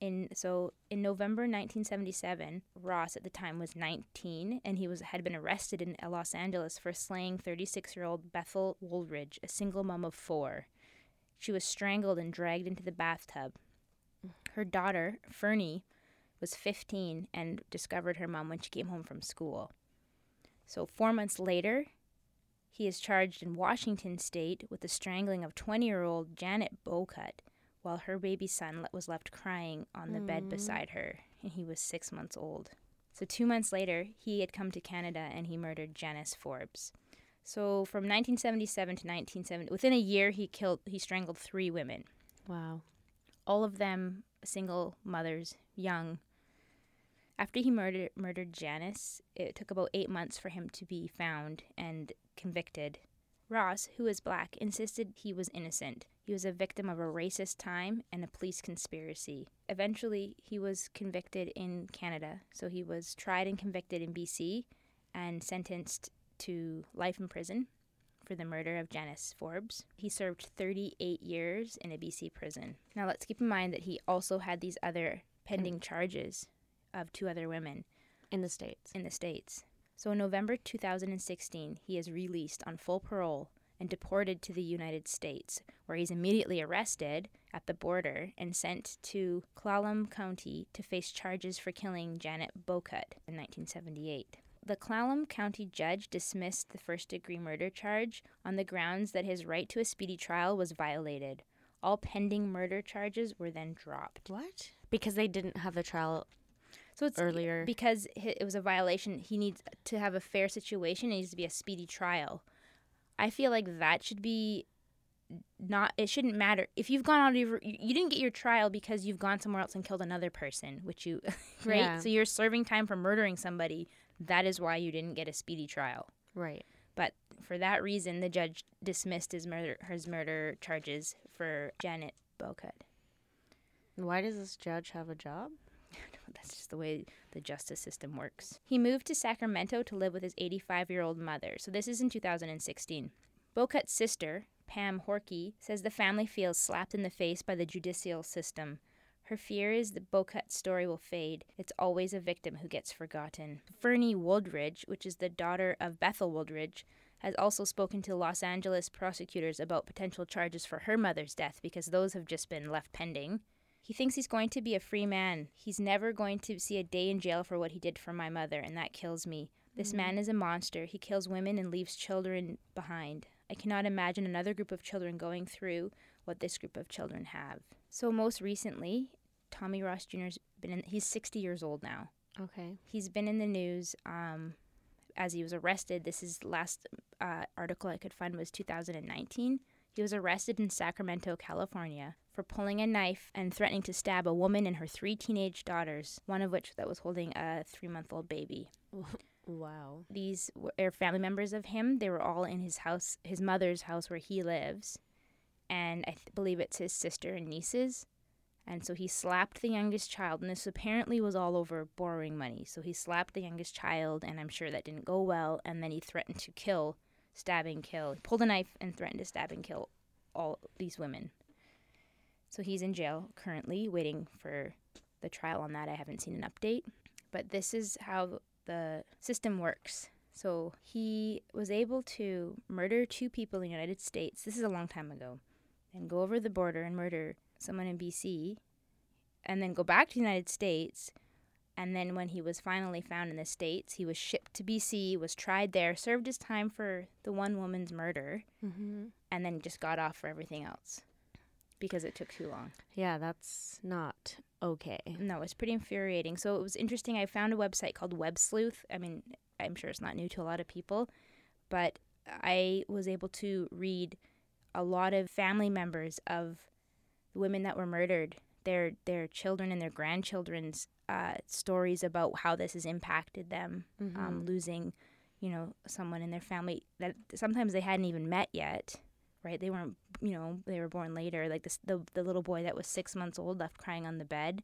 Speaker 3: In, so in November 1977, Ross at the time was 19, and he was had been arrested in Los Angeles for slaying 36-year-old Bethel Wooldridge, a single mom of four. She was strangled and dragged into the bathtub. Her daughter Fernie was 15 and discovered her mom when she came home from school. So four months later, he is charged in Washington state with the strangling of 20 year old Janet Bocutt while her baby son le- was left crying on the bed beside her, and he was six months old. So, two months later, he had come to Canada and he murdered Janice Forbes. So, from 1977 to 1970, within a year, he killed, he strangled three women
Speaker 1: Wow.
Speaker 3: all of them single mothers, young. After he murdered murdered Janice, it took about eight months for him to be found and convicted. Ross, who was black, insisted he was innocent. He was a victim of a racist time and a police conspiracy. Eventually, he was convicted in Canada, so he was tried and convicted in BC and sentenced to life in prison for the murder of Janice Forbes. He served 38 years in a BC prison. Now, let's keep in mind that he also had these other pending charges of two other women
Speaker 2: In the States.
Speaker 3: in the States. So in November 2016, he is released on full parole and deported to the United States, where he's immediately arrested at the border and sent to Clallam County to face charges for killing Janet Bocutt in 1978. The Clallam County judge dismissed the first degree murder charge on the grounds that his right to a speedy trial was violated. All pending murder charges were then dropped.
Speaker 2: What? Because they didn't have the trial
Speaker 3: So it's
Speaker 2: earlier.
Speaker 3: because hi- it was a violation he needs to have a fair situation it needs to be a speedy trial i feel like that should be not it shouldn't matter if you've gone out of your, you you didn't get your trial because you've gone somewhere else and killed another person which you right
Speaker 2: Yeah.
Speaker 3: so you're serving time for murdering somebody that is why you didn't get a speedy trial
Speaker 2: right.
Speaker 3: but for that reason the judge dismissed his murder his murder charges for janet bocut
Speaker 2: Why does this judge have a job?
Speaker 3: That's just the way the justice system works. He moved to Sacramento to live with his 85 year old mother. So this is in 2016. Bocut's sister, Pam Horky, says the family feels slapped in the face by the judicial system. Her fear is that Bocut's story will fade. It's always a victim who gets forgotten. Fernie Woodridge, which is the daughter of Bethel Woodridge, has also spoken to Los Angeles prosecutors about potential charges for her mother's death because those have just been left pending. He thinks he's going to be a free man. He's never going to see a day in jail for what he did for my mother, and that kills me. This man is a monster. He kills women and leaves children behind. I cannot imagine another group of children going through what this group of children have. So most recently, Tommy Ross Jr.'s been in, he's 60 years old now.
Speaker 2: Okay.
Speaker 3: He's been in the news um, as he was arrested. This is last uh, article I could find was 2019. He was arrested in Sacramento, California, for pulling a knife and threatening to stab a woman and her three teenage daughters, one of which that was holding a three-month-old baby.
Speaker 2: Wow.
Speaker 3: These were are family members of him. They were all in his house, his mother's house where he lives, and I th- believe it's his sister and nieces. And so he slapped the youngest child, and this apparently was all over borrowing money. So he slapped the youngest child, and I'm sure that didn't go well. And then he threatened to kill, stab and kill. He pulled a knife and threatened to stab and kill all these women. So he's in jail currently, waiting for the trial on that. I haven't seen an update, but this is how the system works. So he was able to murder two people in the United States. This is a long time ago. And go over the border and murder someone in BC and then go back to the United States. And then when he was finally found in the States, he was shipped to BC, was tried there, served his time for the one woman's murder,
Speaker 2: Mm-hmm.
Speaker 3: and then just got off for everything else because it took too long.
Speaker 2: Yeah, that's not okay.
Speaker 3: No, it's pretty infuriating. So it was interesting. I found a website called Web Sleuth. I mean, I'm sure it's not new to a lot of people, but I was able to read a lot of family members of the women that were murdered, their their children and their grandchildren's uh, stories about how this has impacted them, um, losing, you know, someone in their family that sometimes they hadn't even met yet. Right, they weren't, you know, they were born later. Like this, the the little boy that was six months old left crying on the bed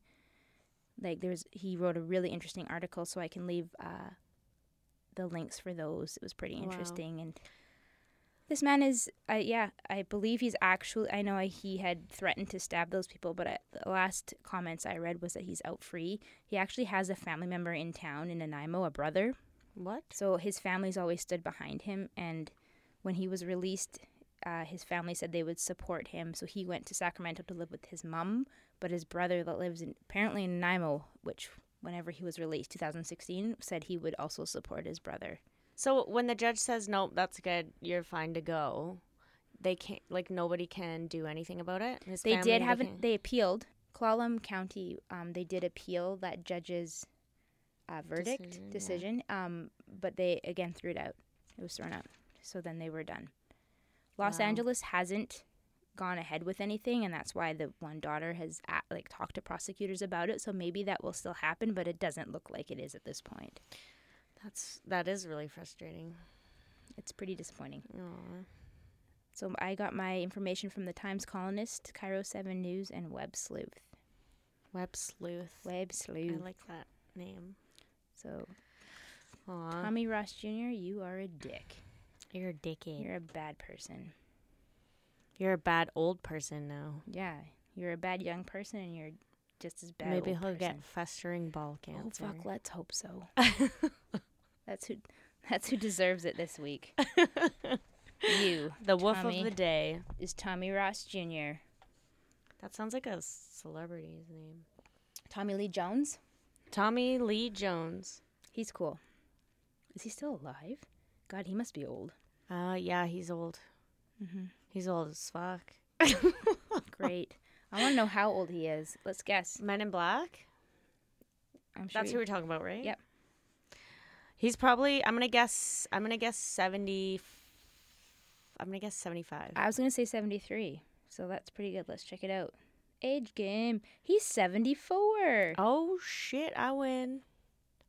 Speaker 3: like there's he wrote a really interesting article so i can leave uh, the links for those it was pretty
Speaker 2: Wow.
Speaker 3: interesting and this man is uh, yeah i believe he's actually i know he had threatened to stab those people but I, the last comments i read was that he's out free he actually has a family member in town in nanaimo a brother
Speaker 2: What?
Speaker 3: so his family's always stood behind him, and when he was released, uh, his family said they would support him. So he went to Sacramento to live with his mom, but his brother that lives in, apparently in Nanaimo, which whenever he was released, 2016, said he would also support his brother.
Speaker 2: So when the judge says nope, that's good, you're fine to go. They can't like nobody can do anything about it. His
Speaker 3: They
Speaker 2: family,
Speaker 3: did have
Speaker 2: they
Speaker 3: an,
Speaker 2: can't-
Speaker 3: they appealed. Clallam County, um, they did appeal that judge's uh, verdict
Speaker 2: Decision,
Speaker 3: decision,
Speaker 2: yeah.
Speaker 3: um, but they again threw it out. It was thrown out. So then they were done. Los
Speaker 2: Wow.
Speaker 3: Angeles hasn't gone ahead with anything, and that's why the one daughter has a like talked to prosecutors about it. So maybe that will still happen, but it doesn't look like it is at this point.
Speaker 2: That's that is really frustrating.
Speaker 3: It's pretty disappointing.
Speaker 2: Aw.
Speaker 3: So I got my information from the Times Colonist, Cairo Seven News, and Web Sleuth.
Speaker 2: Web sleuth.
Speaker 3: Web Sleuth.
Speaker 2: I like that name.
Speaker 3: so
Speaker 2: Aw.
Speaker 3: Tommy Ross Jr., you are a dick.
Speaker 2: You're a dickhead.
Speaker 3: You're a bad person.
Speaker 2: You're a bad old person now.
Speaker 3: Yeah, you're a bad young person, and you're just as bad.
Speaker 2: Maybe
Speaker 3: old
Speaker 2: he'll
Speaker 3: person.
Speaker 2: get festering ball
Speaker 3: Oh
Speaker 2: cancer.
Speaker 3: fuck! Let's hope so. that's who. That's who deserves it this week. you
Speaker 2: The woof
Speaker 3: Tommy.
Speaker 2: of the day.
Speaker 3: is Tommy Ross Jr.
Speaker 2: That sounds like a celebrity's name.
Speaker 3: Tommy Lee Jones.
Speaker 2: Tommy Lee Jones.
Speaker 3: He's cool. Is he still alive? God, he must be old.
Speaker 2: Uh, yeah, he's old.
Speaker 3: Mm-hmm.
Speaker 2: He's old as fuck.
Speaker 3: Great. I want to know how old he is. Let's guess.
Speaker 2: Men in Black?
Speaker 3: I'm sure
Speaker 2: That's who
Speaker 3: you-
Speaker 2: we're talking about, right?
Speaker 3: Yep.
Speaker 2: He's probably. I'm gonna guess. I'm gonna guess seventy. I'm gonna guess seventy-five.
Speaker 3: I was gonna say 73, so that's pretty good. Let's check it out. Age game. He's 74.
Speaker 2: oh shit! I win.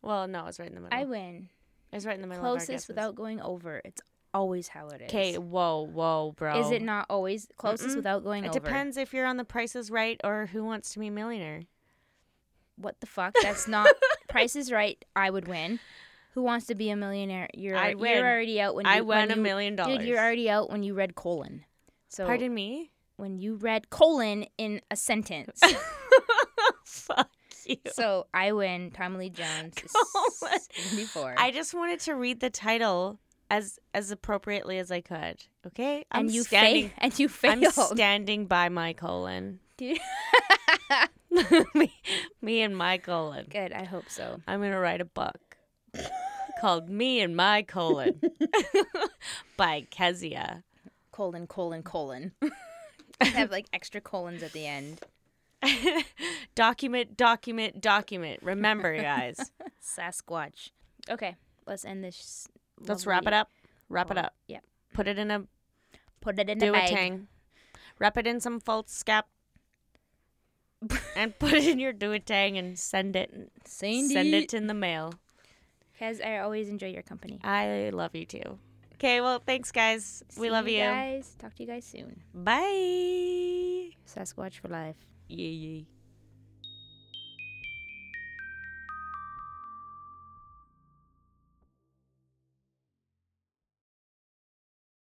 Speaker 2: Well, no, it's right in the middle.
Speaker 3: I win.
Speaker 2: it's right in the middle.
Speaker 3: Closest without going over. It's always how it is.
Speaker 2: Okay. Whoa, whoa, bro.
Speaker 3: Is it not always closest
Speaker 2: Mm-mm.
Speaker 3: without going
Speaker 2: It
Speaker 3: over?
Speaker 2: depends if you're on The Price Is Right or Who Wants to Be a Millionaire.
Speaker 3: What the fuck? That's not. Price is right. I would win. Who wants to be a millionaire? You're
Speaker 2: I'd win.
Speaker 3: you're already out when
Speaker 2: I
Speaker 3: you,
Speaker 2: won
Speaker 3: when
Speaker 2: a
Speaker 3: you-
Speaker 2: million dollars.
Speaker 3: Dude, you're already out when you read colon. So
Speaker 2: Pardon me.
Speaker 3: when you read colon in a sentence.
Speaker 2: Fuck you.
Speaker 3: so I win. Tom Lee Jones. is
Speaker 2: Colon.
Speaker 3: 74.
Speaker 2: I just wanted to read the title as as appropriately as I could. Okay, I'm
Speaker 3: and you
Speaker 2: standing.
Speaker 3: fail. And you failed.
Speaker 2: I'm standing by my colon.
Speaker 3: Dude.
Speaker 2: me, me and my colon.
Speaker 3: Good. I hope so.
Speaker 2: I'm gonna write a book called "Me and My Colon" by Kezia.
Speaker 3: Colon colon colon. Have like extra colons at the end.
Speaker 2: document, document, document. Remember, guys.
Speaker 3: Sasquatch. Okay, let's end this.
Speaker 2: Let's
Speaker 3: lovely-
Speaker 2: wrap it up. Wrap it
Speaker 3: Well,
Speaker 2: up.
Speaker 3: yep.
Speaker 2: Put it in a
Speaker 3: Put it in
Speaker 2: do
Speaker 3: a
Speaker 2: a
Speaker 3: bag.
Speaker 2: tang. Wrap it in some false scap and put it in your do a tang and send it
Speaker 3: Sandy.
Speaker 2: send it in the mail.
Speaker 3: Because I always enjoy your company.
Speaker 2: I love you too. Okay, well thanks guys. we
Speaker 3: See
Speaker 2: love you.
Speaker 3: guys. Talk to you guys soon.
Speaker 2: Bye.
Speaker 3: Sasquatch for life.
Speaker 2: Yee yee.